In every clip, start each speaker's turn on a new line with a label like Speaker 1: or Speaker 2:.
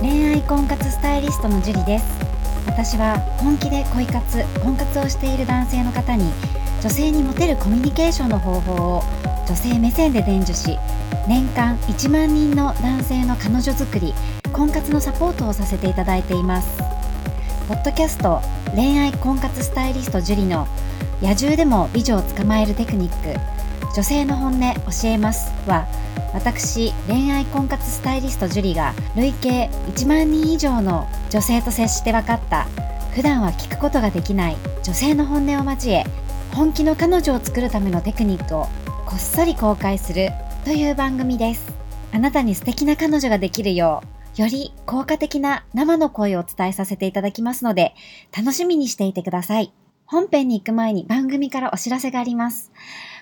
Speaker 1: 恋愛婚活スタイリストのジュリです私は本気で恋活婚活をしている男性の方に女性にモテるコミュニケーションの方法を女性目線で伝授し年間1万人の男性の彼女作り婚活のサポートをさせていただいていますポッドキャスト恋愛婚活スタイリストジュリの野獣でも美女を捕まえるテクニック女性の本音教えますは私恋愛婚活スタイリストジュリが累計1万人以上の女性と接して分かった普段は聞くことができない女性の本音を交え本気の彼女を作るためのテクニックをこっそり公開するという番組ですあなたに素敵な彼女ができるようより効果的な生の声をお伝えさせていただきますので楽しみにしていてください本編に行く前に番組からお知らせがあります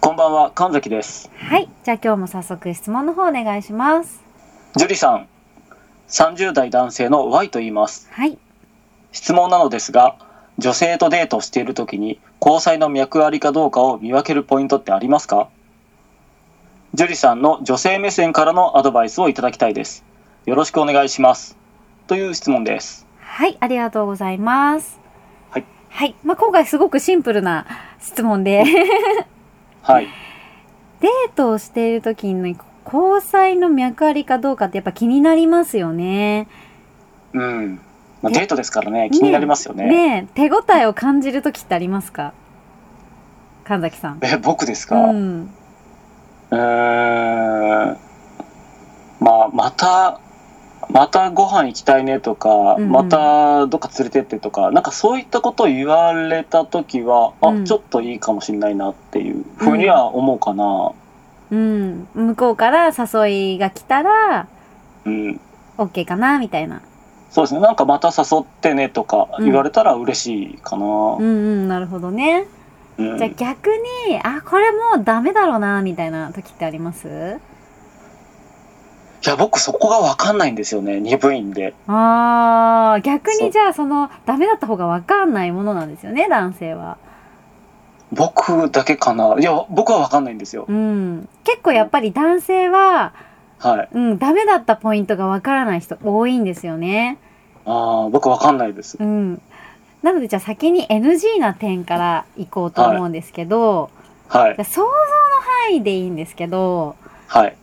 Speaker 2: こんばんは、神崎です。
Speaker 1: はい。じゃあ今日も早速質問の方お願いします。
Speaker 2: 樹里さん、30代男性の Y と言います。
Speaker 1: はい。
Speaker 2: 質問なのですが、女性とデートをしているときに交際の脈ありかどうかを見分けるポイントってありますか樹里さんの女性目線からのアドバイスをいただきたいです。よろしくお願いします。という質問です。
Speaker 1: はい。ありがとうございます。
Speaker 2: はい。
Speaker 1: はい。まあ、今回すごくシンプルな質問で、デ
Speaker 2: はい。
Speaker 1: ートをしている時に交際の脈ありかどうかってやっぱ気になりますよね。
Speaker 2: うん。まあ、
Speaker 1: ね
Speaker 2: デートですからね、気になりますよね。
Speaker 1: ねえ手応えを感じる時ってありますか神崎さん。
Speaker 2: え、僕です
Speaker 1: う。
Speaker 2: か、うんーん。まあ、また、またご飯行きたいねとか、
Speaker 1: うんうん
Speaker 2: またどっか連れてってとか、なんかそういったことを言われた時は、あ、
Speaker 1: うん
Speaker 2: ちょっといいかもしれないなっていうふうには思うかな。
Speaker 1: うん。向こうから誘いが来たら、
Speaker 2: うん。
Speaker 1: OK かなみたいな。
Speaker 2: そうですね。なんかまた誘ってねとか言われたら嬉しいかな。
Speaker 1: うんうん、なるほどね。
Speaker 2: うん
Speaker 1: じゃあ逆に、あ、これもうダメだろうな、みたいな時ってあります
Speaker 2: いや、僕そこがわかんないんですよね。鈍いんで。
Speaker 1: ああ、逆
Speaker 2: そ
Speaker 1: に
Speaker 2: う
Speaker 1: じゃあその、ダメだった方がわかんないものなんですよね、男性は。
Speaker 2: 僕だけかな。いや、僕はわかんないんですよ
Speaker 1: う。ん。結構やっぱり男性は、
Speaker 2: はい。
Speaker 1: うん、ダメだったポイントがわからない人多いんですよね。
Speaker 2: ああ、僕わかんないです。
Speaker 1: うん。なのでじゃあ先に NG な点からいこうと思うんですけど、
Speaker 2: は
Speaker 1: じゃ
Speaker 2: い。
Speaker 1: あ想像の範囲でいいんですけど、
Speaker 2: はい。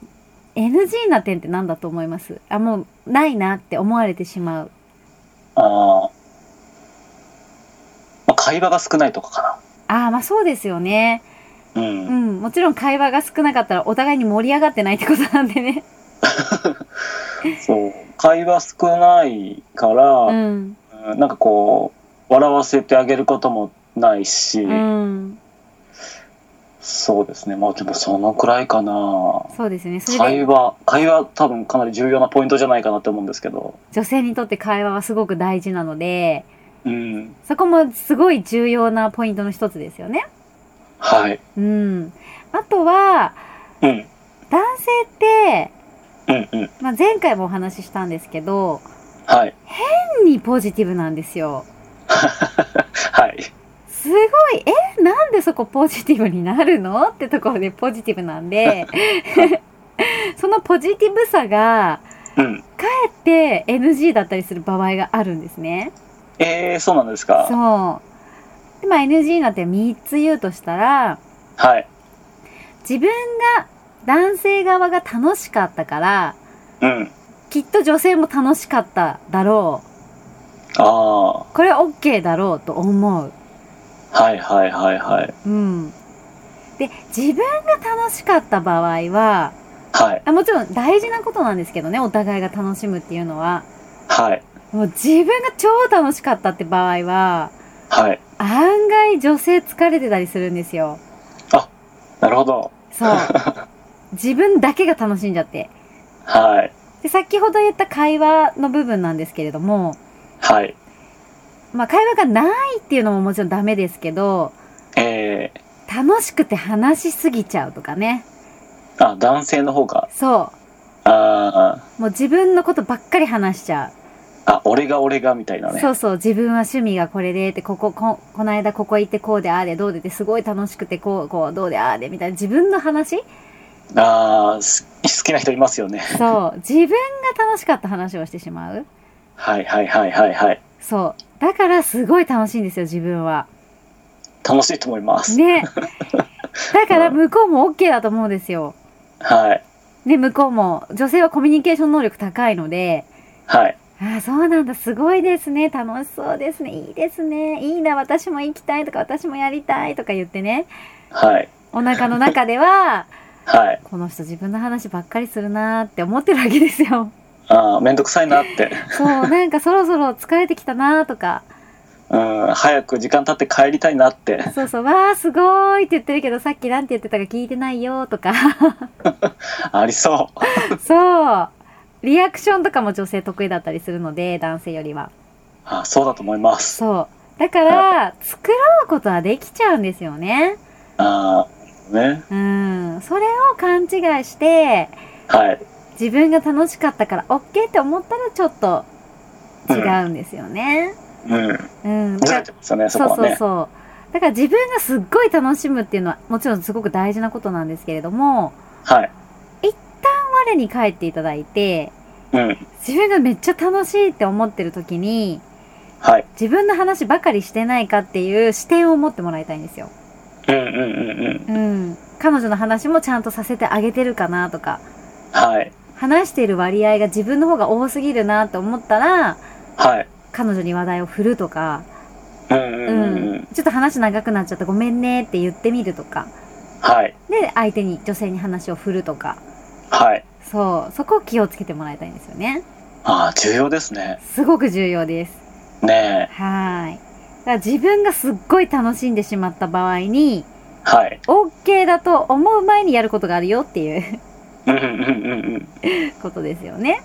Speaker 1: NG な点って何だと思いますあ、もうないなって思われてしまう。
Speaker 2: あーまあ、会話が少ないとかか
Speaker 1: ああ、まあそうですよね。
Speaker 2: な。う。
Speaker 1: うんん、もちろん会話が少なかったらお互いに盛り上がってないってことなんでね。
Speaker 2: そう。会話少ないから、
Speaker 1: うん。
Speaker 2: うんなんかこう、笑わせてあげることもないし、
Speaker 1: うん。
Speaker 2: そうですね。まあでもそのくらいかな。
Speaker 1: そうですね。それ
Speaker 2: 会
Speaker 1: で
Speaker 2: 話、会話多分かなり重要なポイントじゃないかなって思うんですけど。
Speaker 1: 女性にとって会話はすごく大事なので、
Speaker 2: うん。
Speaker 1: そこもすごい重要なポイントの一つですよね。
Speaker 2: はい。
Speaker 1: うん。あとは、
Speaker 2: うん。
Speaker 1: 男性って、
Speaker 2: うんうん。
Speaker 1: まあ、前回もお話ししたんですけど、
Speaker 2: はい。
Speaker 1: 変にポジティブなんですよ。
Speaker 2: はい。
Speaker 1: すごい、え、なんでそこポジティブになるのってところでポジティブなん で、そのポジティブさが、
Speaker 2: うん。
Speaker 1: って NG だったりする場合があるんですね。
Speaker 2: ええー、そうなんです
Speaker 1: そう。で
Speaker 2: か。
Speaker 1: まあ NG なんて3つ言うとしたら、
Speaker 2: はい。
Speaker 1: 自分が、男性側が楽しかったから、
Speaker 2: うん。
Speaker 1: きっと女性も楽しかっただろ
Speaker 2: あ
Speaker 1: う。これ OK だろうと思う。
Speaker 2: あ。はいはいはいはい。
Speaker 1: うん。で、自分が楽しかった場合は、
Speaker 2: はい。
Speaker 1: あもちろん大事なことなんですけどね、お互いが楽しむっていうのは。
Speaker 2: はい。
Speaker 1: もう自分が超楽しかったって場合は、
Speaker 2: はい。
Speaker 1: 案外女性疲れてたりするんですよ。
Speaker 2: なるほど。
Speaker 1: そう。自分だけが楽しんじゃって。
Speaker 2: はい。
Speaker 1: で先ほど言った会話の部分なんですけれども、
Speaker 2: はい。
Speaker 1: まあ、会話がないっていうのももちろんダメですけど
Speaker 2: え
Speaker 1: 楽しくて話しすぎちゃうとかね
Speaker 2: ー、あ、男性の方が、
Speaker 1: そ
Speaker 2: あ
Speaker 1: うもう自分のことばっかり話しちゃ、
Speaker 2: ーあ、俺が俺がみたいうなね。
Speaker 1: そうそう自分は趣味がこれでってここここの間ここ行ってこうでああでどうでってすごい楽しくてこうこうどうでああでみたいな自分の話
Speaker 2: ああ、す好きな人いますよね。
Speaker 1: そう自分が楽しかった話をしてしまう
Speaker 2: はいはいはいはいはい。
Speaker 1: そうだからすごい楽しいんですよ自分は
Speaker 2: 楽しいと思います。
Speaker 1: ねだから向こうも OK だと思うんですよ
Speaker 2: はい。
Speaker 1: で向こうも女性はコミュニケーション能力高いので
Speaker 2: はい。
Speaker 1: ああそうなんだすごいですね楽しそうですねいいですねいいな私も行きたいとか私もやりたいとか言ってね
Speaker 2: はい。
Speaker 1: お腹の中では
Speaker 2: はい。
Speaker 1: この人自分の話ばっかりするなーって思ってるわけですよ
Speaker 2: ああ、めんどくさいなって。
Speaker 1: そうなんかそろそろ疲れてきたなーとか
Speaker 2: うん、早く時間経って帰りたいなって。
Speaker 1: そうそうわあすごーいって言ってるけどさっきなんて言ってたか聞いてないよーとか
Speaker 2: ありそう。
Speaker 1: そうリアクションとかも女性得意だったりするので男性よりは
Speaker 2: あそうだと思います。
Speaker 1: そう。だから、作ろうことはできちゃうんですよね。
Speaker 2: ああ、ね。
Speaker 1: うん。それを勘違いして、
Speaker 2: はい。
Speaker 1: 自分が楽しかったから OK って思ったらちょっと違うんですよね。
Speaker 2: うん。
Speaker 1: うん。だ
Speaker 2: ず
Speaker 1: か
Speaker 2: れ
Speaker 1: ら
Speaker 2: てますよね、そ
Speaker 1: そう
Speaker 2: こは
Speaker 1: そう
Speaker 2: ね。
Speaker 1: そう。だから自分がすっごい楽しむっていうのはもちろんすごく大事なことなんですけれども、
Speaker 2: はい。
Speaker 1: 我に帰っていただいて、
Speaker 2: うん。
Speaker 1: 自分がめっちゃ楽しいって思ってる時に、
Speaker 2: はい。
Speaker 1: 自分の話ばかりしてないかっていう視点を持ってもらいたいんですよ。
Speaker 2: うんうんうんうん。
Speaker 1: うん、彼女の話もちゃんとさせてあげてるかなとか
Speaker 2: はい。
Speaker 1: 話している割合が自分の方が多すぎるなと思ったら
Speaker 2: はい。
Speaker 1: 彼女に話題を振るとか、
Speaker 2: うんう
Speaker 1: うん
Speaker 2: うんうん。
Speaker 1: ちょっと話長くなっちゃったごめんねって言ってみるとか
Speaker 2: はい。
Speaker 1: で相手に女性に話を振るとか
Speaker 2: はい。
Speaker 1: そうそこを気をつけてもらいたいんですよね
Speaker 2: ああ、重要ですね。
Speaker 1: すごく重要です
Speaker 2: ね
Speaker 1: はーいだから自分がすっごい楽しんでしまった場合に
Speaker 2: え。はい。
Speaker 1: OK だと思う前にやることがあるよっていう
Speaker 2: うんうんうん
Speaker 1: ことですよね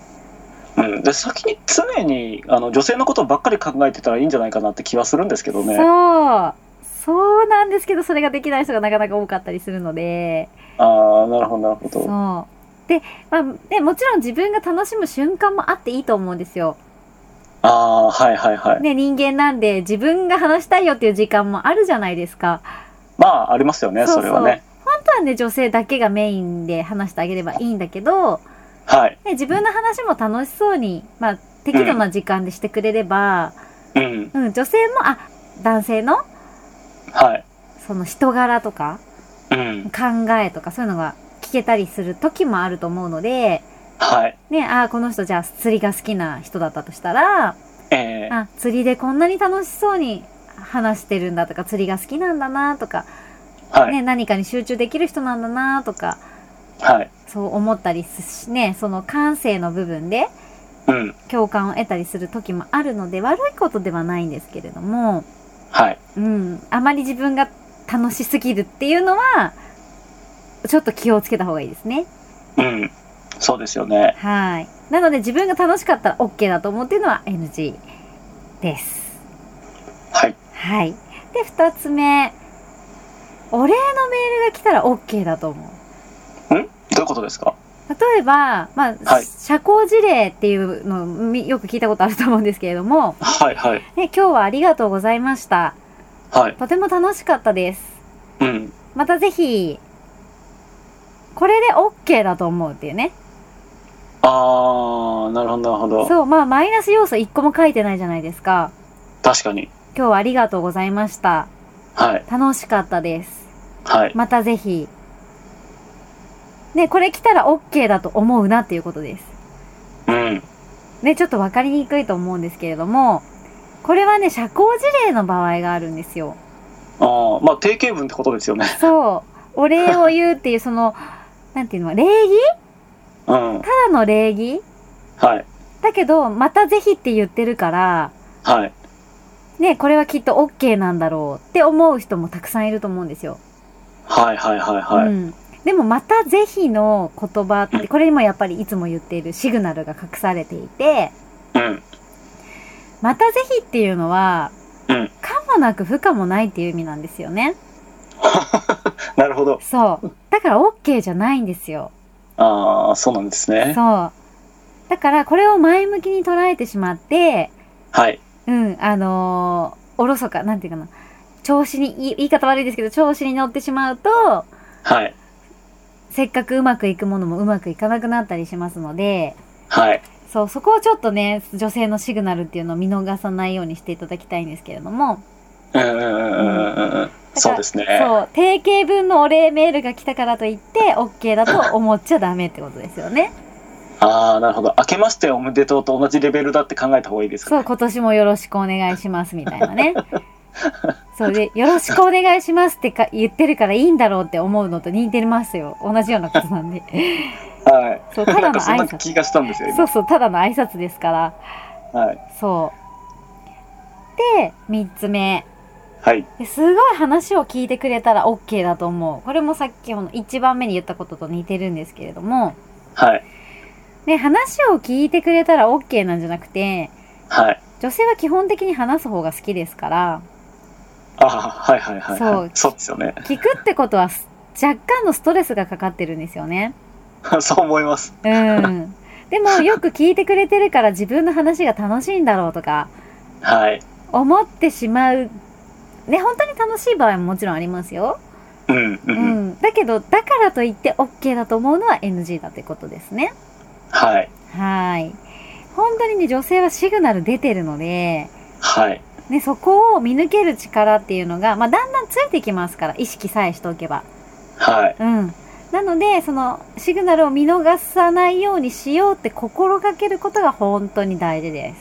Speaker 2: うん。うん、で先に常にあの女性のことばっかり考えてたらいいんじゃないかなって気はするんですけどね。
Speaker 1: そうそうなんですけどそれができない人がなかなか多かったりするので
Speaker 2: ああなるほどなるほ
Speaker 1: そう
Speaker 2: ど。
Speaker 1: で,、まあ、でもちろん自分が楽しむ瞬間もあっていいと思うんですよ、
Speaker 2: ああはいはいはい。
Speaker 1: ね、人間なんで自分が話したいよっていう時間もあるじゃないですか
Speaker 2: まあありますよね
Speaker 1: そうそ
Speaker 2: そ
Speaker 1: う
Speaker 2: れはね。
Speaker 1: 本当はね女性だけがメインで話してあげればいいんだけど、
Speaker 2: はい。
Speaker 1: ね、自分の話も楽しそうに、まあ、適度な時間でしてくれれば、
Speaker 2: うん
Speaker 1: うん、女性もあ男性の
Speaker 2: はい。
Speaker 1: その人柄とか
Speaker 2: うん
Speaker 1: 考えとかそういうのが聞けたりする時もあると思うので、
Speaker 2: はい。
Speaker 1: ね、ああ、この人じゃあ釣りが好きな人だったとしたら、
Speaker 2: ええ
Speaker 1: あ、釣りでこんなに楽しそうに話してるんだとか、釣りが好きなんだなとか、
Speaker 2: はい
Speaker 1: ね、何かに集中できる人なんだなとか、
Speaker 2: はい。
Speaker 1: そう思ったりすしね、その感性の部分で
Speaker 2: うん
Speaker 1: 共感を得たりする時もあるので、悪いことではないんですけれども、
Speaker 2: はい。
Speaker 1: うん、あまり自分が楽しすぎるっていうのは、ちょっと気をつけた方がいいですね。
Speaker 2: うんそうですよね。
Speaker 1: はい。なので自分が楽しかったら OK だと思うっていうのは NG です。
Speaker 2: はい。
Speaker 1: はい。で、二つ目。お礼のメールが来たら OK だと思う。
Speaker 2: どういうことですか。
Speaker 1: 例えば、まあ、
Speaker 2: はい
Speaker 1: 社交辞令っていうのをみよく聞いたことあると思うんですけれども、
Speaker 2: はいはい
Speaker 1: ね、今日はありがとうございました。
Speaker 2: はい。
Speaker 1: とても楽しかったです。
Speaker 2: うん
Speaker 1: またぜひ、これで OK だと思うっていうね。
Speaker 2: ああなるほどなるほど。
Speaker 1: そう、まあ、マイナス要素一個も書いてないじゃないですか。
Speaker 2: 確かに。
Speaker 1: 今日はありがとうございました。
Speaker 2: はい
Speaker 1: 楽しかったです。
Speaker 2: はい。
Speaker 1: またぜひ。ね、これ来たら OK だと思うなっていうことです。
Speaker 2: うん
Speaker 1: ね、ちょっと分かりにくいと思うんですけれども、これはね、社交辞令の場合があるんですよ。
Speaker 2: ああまあ定型文ってことですよね。
Speaker 1: そう。お礼を言うっていう、その、なんていうの、礼儀
Speaker 2: うんは
Speaker 1: ただの礼儀
Speaker 2: い
Speaker 1: だけど、またぜひって言ってるから、
Speaker 2: はい
Speaker 1: ね、これはきっと OK なんだろうって思う人もたくさんいると思うんですよ。
Speaker 2: はいはいはいは
Speaker 1: う
Speaker 2: い。
Speaker 1: ん。でもまた「是非」の言葉ってこれにもやっぱりいつも言っているシグナルが隠されていて
Speaker 2: うん。
Speaker 1: 「また是非」っていうのは
Speaker 2: うん。
Speaker 1: 可もなく不可もないっていう意味なんですよね。
Speaker 2: なるほど。
Speaker 1: そう。だから OK じゃないんですよ。
Speaker 2: ああ、そうなんですね。
Speaker 1: そう。だからこれを前向きに捉えてしまって、
Speaker 2: はい。
Speaker 1: うん、あのーおろそか、なんていうかな。調子に、い言い方悪いですけど、調子に乗ってしまうと、
Speaker 2: はい。
Speaker 1: せっかくうまくいくものもうまくいかなくなったりしますので、
Speaker 2: はい。
Speaker 1: そう、そこをちょっとね、女性のシグナルっていうのを見逃さないようにしていただきたいんですけれども、
Speaker 2: うんうんうんうんうんうん。そうですね。
Speaker 1: そう、定型文のお礼メールが来たからといって、OK だと思っちゃダメってことですよね。
Speaker 2: ああ、なるほど。明けましておめでとうと同じレベルだって考えた方がいいですか、
Speaker 1: そう、
Speaker 2: ね。
Speaker 1: 今年もよろしくお願いしますみたいな ね。そうで、よろしくお願いしますってか言ってるからいいんだろうって思うのと似てますよ。同じようなことなん で。
Speaker 2: はい。
Speaker 1: そう、た
Speaker 2: な
Speaker 1: だ
Speaker 2: ん
Speaker 1: の
Speaker 2: かそん
Speaker 1: 挨
Speaker 2: な
Speaker 1: 拶。
Speaker 2: 気がしたんですよ、
Speaker 1: そ
Speaker 2: 今。
Speaker 1: うそう、ただの挨拶ですから。
Speaker 2: はい。
Speaker 1: そう。で、三つ目。
Speaker 2: はい。
Speaker 1: ですごい話を聞いてくれたら OK だと思う。これもさっきの一番目に言ったことと似てるんですけれども、
Speaker 2: はい。
Speaker 1: ね、話を聞いてくれたら OK なんじゃなくて、
Speaker 2: はい。
Speaker 1: 女性は基本的に話す方が好きですから、
Speaker 2: ああ、はいはいはい、
Speaker 1: そ
Speaker 2: はい。
Speaker 1: う
Speaker 2: そうですよね。
Speaker 1: 聞くってことはす若干のストレスがかかってるんですよね。
Speaker 2: そう思います。
Speaker 1: うん。でもよく聞いてくれてるから自分の話が楽しいんだろうとか
Speaker 2: はい。
Speaker 1: 思ってしまう。ね、本当に楽しい場合ももちろんありますよ。
Speaker 2: うんうん。う、
Speaker 1: うんん。だけど、だからといって OK だと思うのは NG だということですね。
Speaker 2: はい。
Speaker 1: はい。本当にね、女性はシグナル出てるので、
Speaker 2: はい。
Speaker 1: ね、そこを見抜ける力っていうのが、まあ、だんだんついてきますから、意識さえしておけば。
Speaker 2: はい。
Speaker 1: うん、なのでそのシグナルを見逃さないようにしようって心がけることが本当に大事で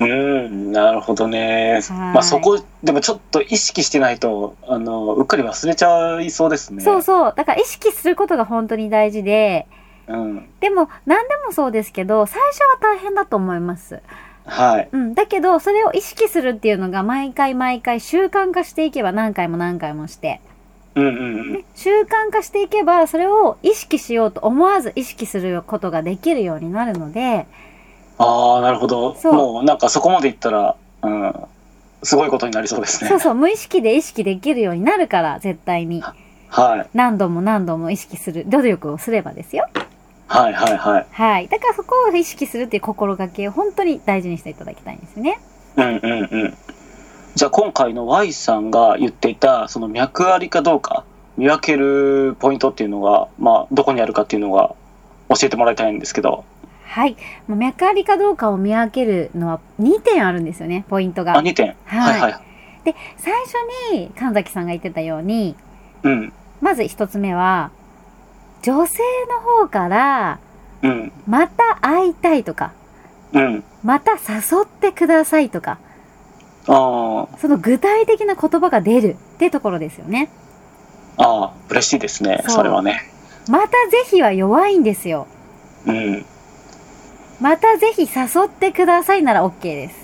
Speaker 2: うん、なるほどね。
Speaker 1: す。
Speaker 2: ま
Speaker 1: ま
Speaker 2: あそ、こ、でもちょっと意識してないと、あの、うっかり忘れちゃいそうですね。
Speaker 1: そうそうだから意識することが本当に大事で
Speaker 2: うん。
Speaker 1: でも何でもそうですけど最初は大変だと思います、
Speaker 2: はい。
Speaker 1: うん、だけどそれを意識するっていうのが毎回毎回習慣化していけば何回も何回もして、
Speaker 2: うんうんうん。
Speaker 1: ね、習慣化していけばそれを意識しようと思わず意識することができるようになるので
Speaker 2: ああ、なるほど。
Speaker 1: そう
Speaker 2: もうなんかそこまでいったら、うん、すごいことになりそうですね。
Speaker 1: そうそう無意識で意識できるようになるから絶対に。
Speaker 2: はい。
Speaker 1: 何度も何度も意識する努力をすればですよ。
Speaker 2: はいはいはい。
Speaker 1: はい。だからそこを意識するっていう心がけを本当に大事にしていただきたいんですね。
Speaker 2: うんうんうん。じゃあ今回の Y さんが言っていた、その脈ありかどうか、見分けるポイントっていうのが、まあ、どこにあるかっていうのが教えてもらいたいんですけど、
Speaker 1: はい。もう脈ありかどうかを見分けるのは2点あるんですよね、ポイント
Speaker 2: あ、
Speaker 1: が。
Speaker 2: 2点。
Speaker 1: は
Speaker 2: はいいはい。
Speaker 1: 最初に神崎さんが言ってたように、
Speaker 2: うん、
Speaker 1: まず1つ目は、女性の方から、
Speaker 2: うん、
Speaker 1: また会いたいとか、
Speaker 2: うん。
Speaker 1: また誘ってくださいとか、
Speaker 2: あ
Speaker 1: その具体的な言葉が出るってところですよね。
Speaker 2: あ、ああ、嬉しいですね、
Speaker 1: そう
Speaker 2: それはね。
Speaker 1: またぜひは弱いんですよ。
Speaker 2: うん。
Speaker 1: またぜひ誘ってくださいなら OK です。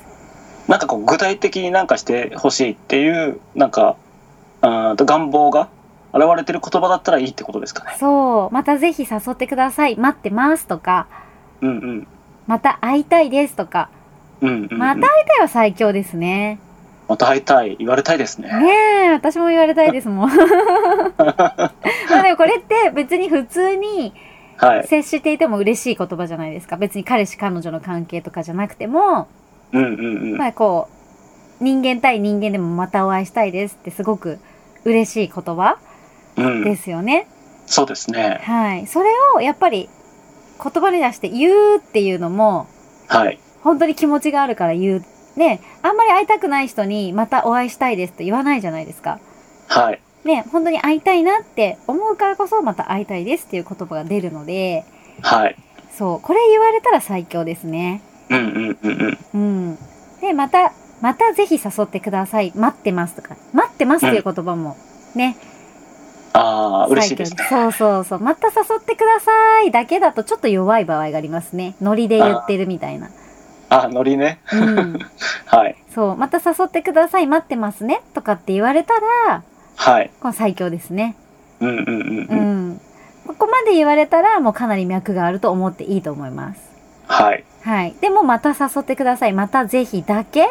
Speaker 2: なんかこう、具体的になんかしてほしいっていう、なんか、うーんと願望が現れてる言葉だったらいいってことですかね。
Speaker 1: そう。またぜひ誘ってください。待ってますとか、
Speaker 2: うんうん。
Speaker 1: また会いたいですとか、
Speaker 2: うんうん、うん。
Speaker 1: また会いたいは最強ですね。
Speaker 2: また会いたい、言われたいですね。
Speaker 1: ねえ、私も言われたいですもん。まあでもこれって別に普通に
Speaker 2: はい。
Speaker 1: 接していても嬉しい言葉じゃないですか。別に彼氏彼女の関係とかじゃなくても、
Speaker 2: うんうんうん。
Speaker 1: まあこう、人間対人間でもまたお会いしたいですってすごく嬉しい言葉
Speaker 2: うん
Speaker 1: ですよね。
Speaker 2: そうですね。
Speaker 1: はい。それをやっぱり言葉に出して言うっていうのも、
Speaker 2: はい。
Speaker 1: 本当に気持ちがあるから言う。ね、あんまり会いたくない人にまたお会いしたいですって言わないじゃないですか。
Speaker 2: はい。
Speaker 1: ね、本当に会いたいなって思うからこそまた会いたいですっていう言葉が出るので、
Speaker 2: はい。
Speaker 1: そう、これ言われたら最強ですね。
Speaker 2: うんうんうんうん。
Speaker 1: うん。で、また、またぜひ誘ってください。待ってますとか、待ってますっていう言葉もね、
Speaker 2: ああ、嬉し
Speaker 1: 最
Speaker 2: い
Speaker 1: 強
Speaker 2: ですね。
Speaker 1: そうそうそう。また誘ってくださいだけだとちょっと弱い場合がありますね。ノリで言ってるみたいな。
Speaker 2: あ、ノリね。
Speaker 1: うん。
Speaker 2: はい。
Speaker 1: そう。また誘ってください。待ってますね。とかって言われたら、
Speaker 2: はい。
Speaker 1: この最強ですね。
Speaker 2: うんうんうん
Speaker 1: う
Speaker 2: うん。
Speaker 1: ん。ここまで言われたらもうかなり脈があると思っていいと思います。
Speaker 2: はい。
Speaker 1: はい。でもまた誘ってください。またぜひだけ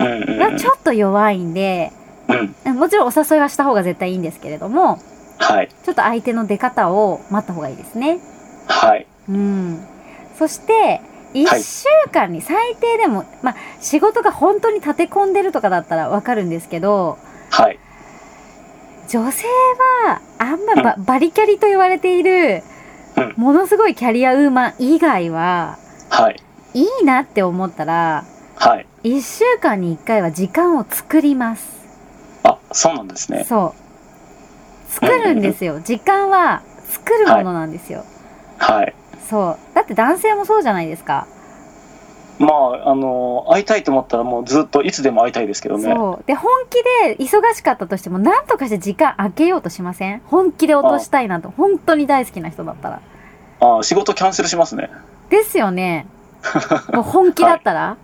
Speaker 2: うんうん
Speaker 1: がちょっと弱いんで、
Speaker 2: うん。うん。
Speaker 1: もちろんお誘いはした方が絶対いいんですけれども、
Speaker 2: はい。
Speaker 1: ちょっと相手の出方を待った方がいいですね。
Speaker 2: はい。
Speaker 1: うん。そして、1週間に最低でも、まあ、仕事が本当に立て込んでるとかだったらわかるんですけど、
Speaker 2: はい。
Speaker 1: 女性は、あんまばバリキャリと言われている
Speaker 2: うん、
Speaker 1: ものすごいキャリアウーマン以外は、
Speaker 2: はい。
Speaker 1: いいなって思ったら、
Speaker 2: はい。
Speaker 1: 1週間に1回は時間を作ります。
Speaker 2: あ、そうなんですね。
Speaker 1: そう。作るんですよ。時間は作るものなんですよ。
Speaker 2: はい。
Speaker 1: そう。だって男性もそうじゃないですか。
Speaker 2: まあ、あの、会いたいと思ったらもうずっといつでも会いたいですけどね。
Speaker 1: そう。で、本気で忙しかったとしても、なんとかして時間空けようとしません本気で落としたいなと。本当に大好きな人だったら。
Speaker 2: あ仕事キャンセルしますね。
Speaker 1: ですよ ね。もう本気だったら、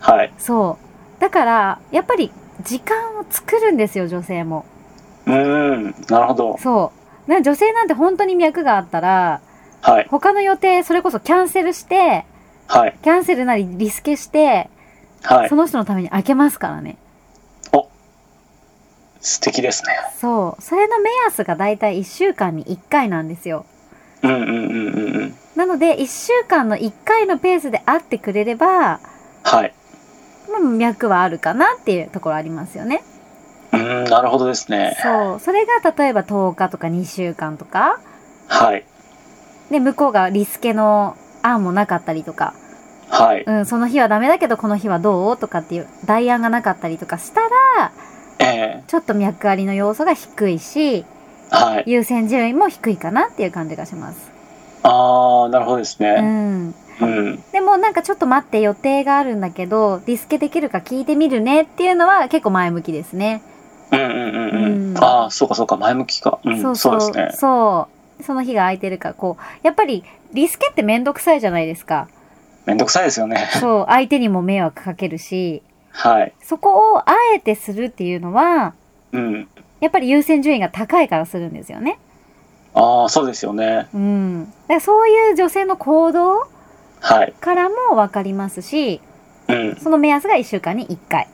Speaker 2: はい。
Speaker 1: そう。だから、やっぱり時間を作るんですよ、女性も。
Speaker 2: うーん。なるほど。
Speaker 1: そう。な女性なんて本当に脈があったら、
Speaker 2: はい。
Speaker 1: 他の予定、それこそキャンセルして、
Speaker 2: はい。
Speaker 1: キャンセルなりリスケして、
Speaker 2: はい
Speaker 1: そ。の人のために開けますからね。
Speaker 2: 素敵ですね。
Speaker 1: そう。それの目安がだいたい1週間に1回なんですよ。
Speaker 2: うんうんうんうんうん。
Speaker 1: なので、1週間の1回のペースで会ってくれれば、
Speaker 2: はい。
Speaker 1: まあ、脈はあるかなっていうところありますよね。
Speaker 2: うーん、なるほどですね。
Speaker 1: そう。それが例えば10日とか2週間とか、
Speaker 2: はい。
Speaker 1: で、向こうがリスケの案もなかったりとか、
Speaker 2: はい。
Speaker 1: うん、その日はダメだけどこの日はどうとかっていう代案がなかったりとかしたら、
Speaker 2: ええ
Speaker 1: ちょっと脈ありの要素が低いし、
Speaker 2: はい。
Speaker 1: 優先順位も低いかなっていう感じがします。
Speaker 2: ああ、なるほどです
Speaker 1: う
Speaker 2: ね。
Speaker 1: ん。
Speaker 2: うん。
Speaker 1: でもなんかちょっと待って予定があるんだけど、リスケできるか聞いてみるねっていうのは結構前向きですね。
Speaker 2: うんうんうんうん。
Speaker 1: うん
Speaker 2: ああ、そうかそうか、前向きか。うん、そう
Speaker 1: そう
Speaker 2: ですね。
Speaker 1: そうその日が空いてるから、こう、やっぱりリスケってめんどくさいじゃないです か。
Speaker 2: めんどくさいですよね。
Speaker 1: そう、相手にも迷惑かけるし、
Speaker 2: はい。
Speaker 1: そこをあえてするっていうのは、
Speaker 2: うん。
Speaker 1: やっぱり優先順位が高いからするんですよね。
Speaker 2: ああ、そうですよね。
Speaker 1: うん。だからそういう女性の行動
Speaker 2: はい。
Speaker 1: からもわかりますし、
Speaker 2: うん。
Speaker 1: その目安が1週間に1回。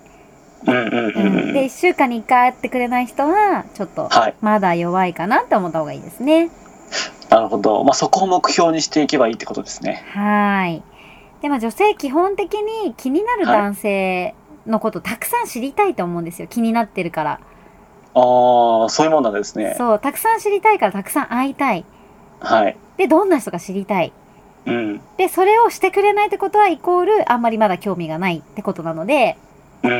Speaker 2: うんうんう
Speaker 1: うんん。
Speaker 2: う
Speaker 1: で、
Speaker 2: ん。
Speaker 1: 1週間に1回会ってくれない人は、ちょっと、
Speaker 2: はい。
Speaker 1: まだ弱いかなって思った方がいいですね。
Speaker 2: なるほど。まあ、そこを目標にしていけばいいってことですね。
Speaker 1: はい。で、まあ女性基本的に気になる
Speaker 2: はい
Speaker 1: 男性のことたくさん知りたいと思うんですよ。気になってるから。
Speaker 2: ああ、そういうもんなんですね。
Speaker 1: そう、たくさん知りたいからたくさん会いたい。
Speaker 2: はい。
Speaker 1: で、どんな人か知りたい。
Speaker 2: うん。
Speaker 1: で、それをしてくれないってことはイコールあんまりまだ興味がないってことなので、
Speaker 2: うんう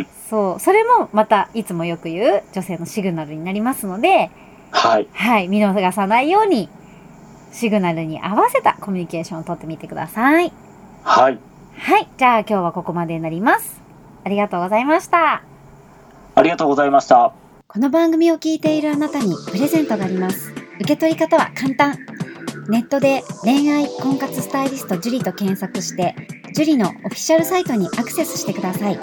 Speaker 2: ん。
Speaker 1: そう、それもまたいつもよく言う女性のシグナルになりますので、
Speaker 2: はい。
Speaker 1: はい、見逃さないように、シグナルに合わせたコミュニケーションをとってみてください。
Speaker 2: はい。
Speaker 1: はい、じゃあ今日はここまでになります。ありがとうございました。
Speaker 2: ありがとうございました。
Speaker 1: この番組を聞いているあなたにプレゼントがあります。受け取り方は簡単。ネットで恋愛婚活スタイリスト樹と検索して、樹のオフィシャルサイトにアクセスしてください。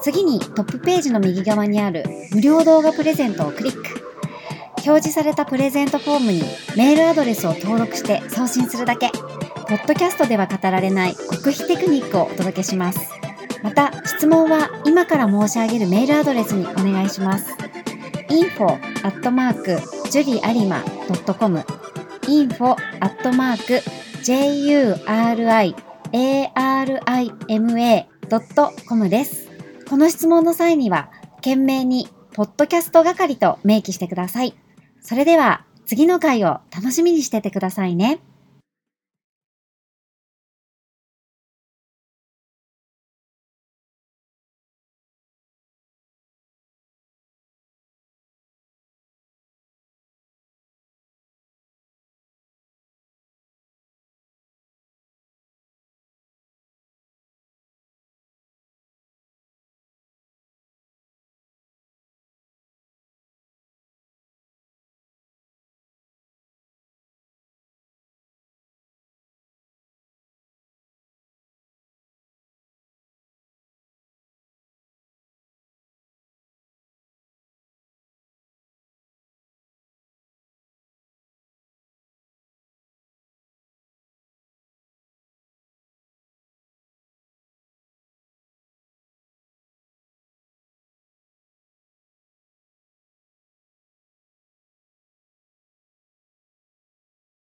Speaker 1: 次にトップページの右側にある無料動画プレゼントをクリック。表示されたプレゼントフォームにメールアドレスを登録して送信するだけ。ポッドキャストでは語られない極秘テクニックをお届けします。また、質問は今から申し上げるメールアドレスにお願いします。info アットマーク juriarima.com info アットマーク juriarima.com です。この質問の際には、懸命に、ポッドキャスト係と明記してください。それでは、次の回を楽しみにしててくださいね。